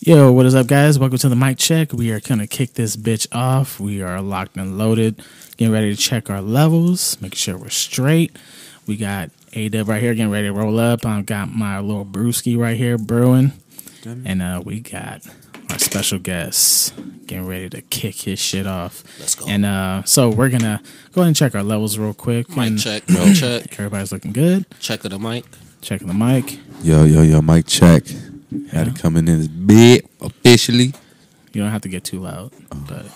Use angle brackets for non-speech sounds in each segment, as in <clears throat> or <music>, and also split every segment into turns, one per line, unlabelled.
Yo, what is up, guys? Welcome to the mic check. We are gonna kick this bitch off. We are locked and loaded, getting ready to check our levels, make sure we're straight. We got A Dub right here, getting ready to roll up. I got my little brewski right here brewing, and uh, we got our special guest getting ready to kick his shit off. Let's
go.
And uh, so we're gonna go ahead and check our levels real quick.
Mic
and
<clears throat> check, mic check,
Everybody's looking good.
check of the mic.
Checking the mic.
Yo, yo, yo, mic check. Had it coming in this bit officially.
You don't have to get too loud, but yeah,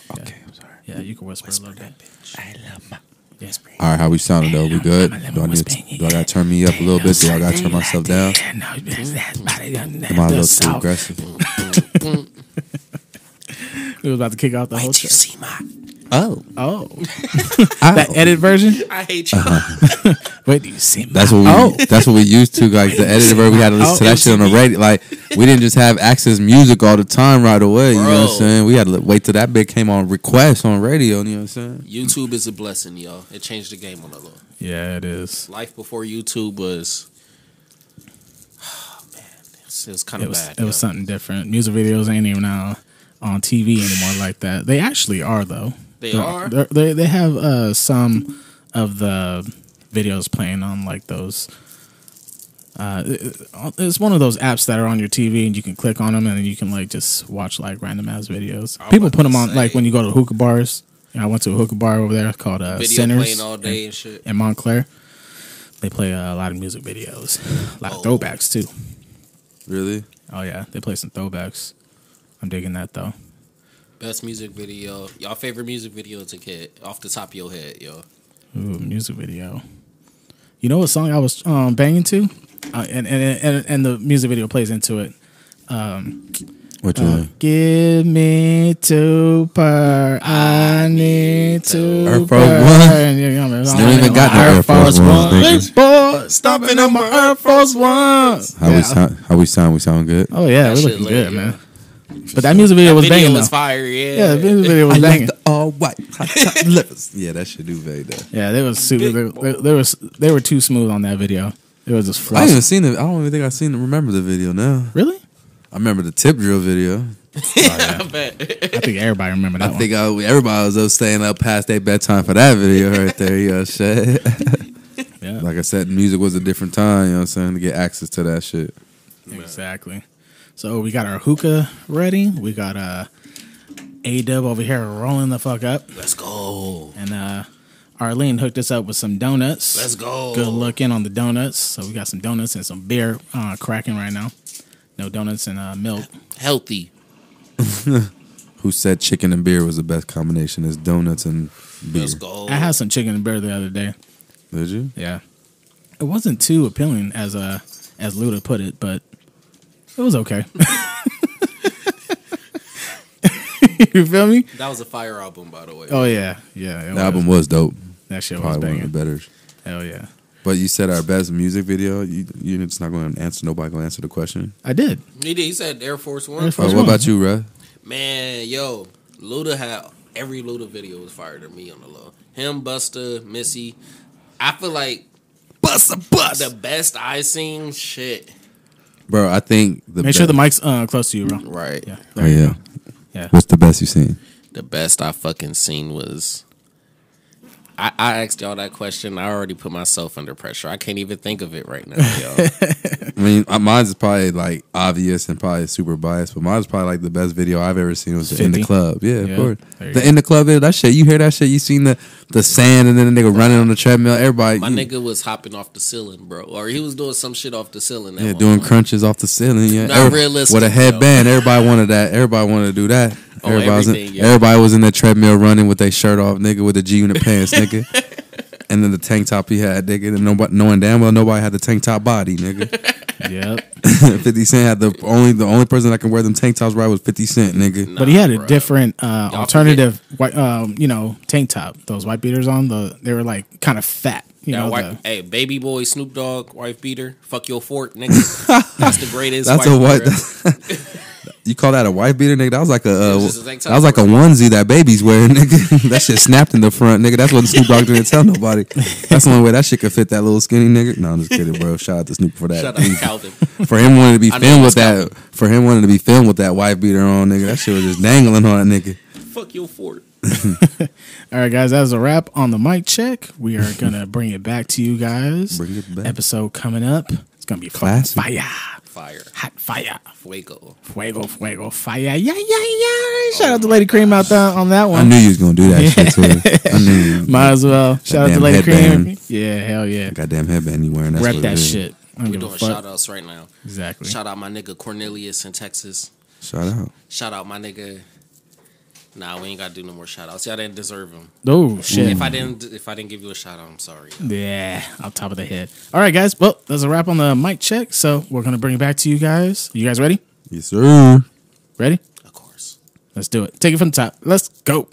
I'm sorry.
yeah you can whisper, a little bit.
I love my
Yeah.
All right, how we sounding though? We good?
Lemon,
Do
lemon,
I, need
whispering,
to, do I gotta turn me up a little bit? Do I gotta turn myself down?
<laughs>
Am I a little too aggressive?
We was about to kick off the whole track.
see my.
Oh,
Oh, <laughs> that
Ow.
edit version.
I hate you.
Wait, do you see my?
that's what we.
Oh.
That's what we used to. Like the editor, where we had to listen to
Oh,
that shit on the radio. Like we didn't just have access music all the time right away. You know what I'm
Bro.
saying? We had to wait till that bit came on request on radio. You know what I'm saying?
YouTube is a blessing, y'all. It changed the game on a little.
Yeah, it is.
Life before YouTube was. <sighs> Oh, man. It was kind
It
of
was.
bad.
It was something different. Music videos ain't even now on TV anymore like that. They actually are though.
They
They're-
are?
they're- They they have uh, some of the videos playing on like those. Uh, it- it- it's one of those apps that are on your TV, and you can click on them, and then you can like just watch like random ass videos.
I
People
was
put them
about
on
to
like
say.
when you go to hookah bars. And I went to a hookah bar over there called uh,
Video
Sinners
playing all day and shit.
in Montclair. They play uh, a lot of music videos, a lot of
Oh.
throwbacks too.
Really?
Oh yeah, they play some throwbacks. I'm digging that though.
Best music video. Y'all favorite music video as a kid? Off the top of your head, yo.
Ooh, music video. You know what song I was um, banging to, uh, and, and and and the music video plays into it. Um,
What you?
Uh,
mean?
give me two per. I need two
Air Force
per.
One.
And you know, it's
Still ain't even got no
Air
Air Force
Force
Ones,
One.
niggas.
Big boy, stomping on my Air Force Ones.
How we sound? How we sound? We sound good.
Oh yeah, we
That shit
looking
lit,
good,
yeah.
man. But that music video was
video
banging
was
though.
fire, yeah.
Yeah, the music
<laughs>
video was banging.
all white hot top lips. <laughs> Yeah, that should do very though.
Yeah, they was super. They, they, they was they were too smooth on that video. It was just
I ain't even
floss.
seen it. I don't even think I seen. Remember the video now? <laughs>
Really?
I remember the tip drill video. Oh,
I bet.
I think everybody remember that
I think I, everybody was up staying up past their bedtime for that
<laughs>
video right there. You know what I'm saying?
one. Yeah,
<laughs> Like I said, music was a different time. You know what I'm saying? To get access to that shit.
exactly. So we got our hookah ready. We got uh, A Dub over here rolling the fuck up,
<laughs> Let's go.
and uh, Arlene hooked us up with some donuts.
Let's go.
Good looking on the donuts. So we got some donuts and some beer uh, cracking right now. No donuts and uh, milk.
Healthy.
Who said chicken and beer was the best combination? Is donuts and beer.
Let's go.
I had some chicken and beer the other day.
Did you?
Yeah, it wasn't too appealing as uh as Luda put it, but it was
<laughs>
okay. <laughs> you feel me?
That was a fire album, by the way.
Oh yeah, yeah. it
The
was.
album was dope.
that shit was
Probably one of
banging.
the better.
Hell yeah,
But you said our best music video. You, you're just not going to answer. Nobody going to answer the question.
I did.
He, did, he said Air Force One.
Air Force-
Uh,
Which
what
one?
about you, Ruh?
Man, yo, Luda had every Luda video was fire to me on the low. Him, Busta, Missy. I feel like
Bust a bust.
the best I seen shit.
Bro, I think the
Make sure the mic's
best-
uh, close to you, bro.
Right.
Yeah,
Oh yeah.
yeah.
What's the best you've seen?
The best I fucking seen was. I, I asked y'all that question. I already put myself under pressure. I can't even think of it right now,
<laughs>
yo.
I mean, uh, mine's is probably like obvious and probably super biased, but mine's probably like the best video I've ever seen was the in
50.
the club. Yeah,
Yeah,
of course.
there you
The
go.
in the club video, that shit. You hear that shit? You seen the the sand and then the nigga running on the treadmill. Everybody,
My
you-
nigga was hopping off the ceiling, bro. Or he was doing some shit off the ceiling. that
yeah,
one
doing
time.
crunches off the ceiling. Yeah,
Not
Every-
realistic,
with a
though.
headband. Everybody wanted that. Everybody wanted to do that.
Oh,
everybody was in,
everything, yeah.
everybody was in the treadmill running with their shirt off, nigga, with the G unit pants, nigga.
<laughs>
And then the tank top he had, nigga, and nobody knowing damn well nobody had the tank top body, nigga.
<laughs>
Yep.
<laughs> Fifty Cent had the only the only person that can wear them tank tops right was Fifty Cent, nigga.
But he had a
bruh.
different uh,
forget-
alternative white, um, you know, tank top. Those white beaters on the, they were like kind of fat. You
That
know,
wi-
the-
hey, baby boy,
<laughs>
Snoop Dogg, wife beater, fuck your fort, nigga. That's the greatest.
That's a
wife
white.
beater ever.
You call that a wife beater, nigga? That was like a
It
uh,
was just a tank
that was like a onesie that babies wear, <laughs> nigga. that shit snapped in the front, nigga. That's what Snoop Dogg didn't tell nobody. That's the only way that shit could fit that little skinny nigga. No, I'm just kidding, bro. Shout out to Snoop for that.
Shut up, Calvin.
<laughs> For him wanting to be
I know
filmed
it
with
was
that, for him wanting to be filmed with that wife beater on, nigga. That shit was just dangling on that nigga.
Fuck your fort.
All right, guys, that's a wrap on the mic check. We are gonna <laughs> bring it back to you guys.
Bring it back.
Episode coming up. It's gonna be fucking
Classic.
fire,
Fire.
hot fire,
Fuego.
fuego, fuego, fire. Yeah, yeah, yeah. Shout out to Lady Cream out there on that
Oh, I
one.
knew you was gonna do that shit to her. I knew
<laughs>
you.
Might as well. Shout out to
damn
Lady Cream.
headband.
Yeah, hell yeah.
Goddamn headband you wearing? That's
Rep
what
that
it is.
shit. I don't
We're
give a
doing
fuck.
shout outs right now.
Exactly.
Shout out my nigga Cornelius in Texas.
Shout out.
Shout out my nigga. Nah, we ain't gotta do no more shout outs. Y'all didn't deserve them.
Oh shit.
If I didn't if I didn't give you a shout out, I'm sorry.
Yeah, off top of the head. All right, guys. Well, that's a wrap on the mic check. So we're gonna bring it back to you guys. You guys ready?
Yes, sir.
Ready?
Of course.
Let's do it. Take it from the top. Let's go.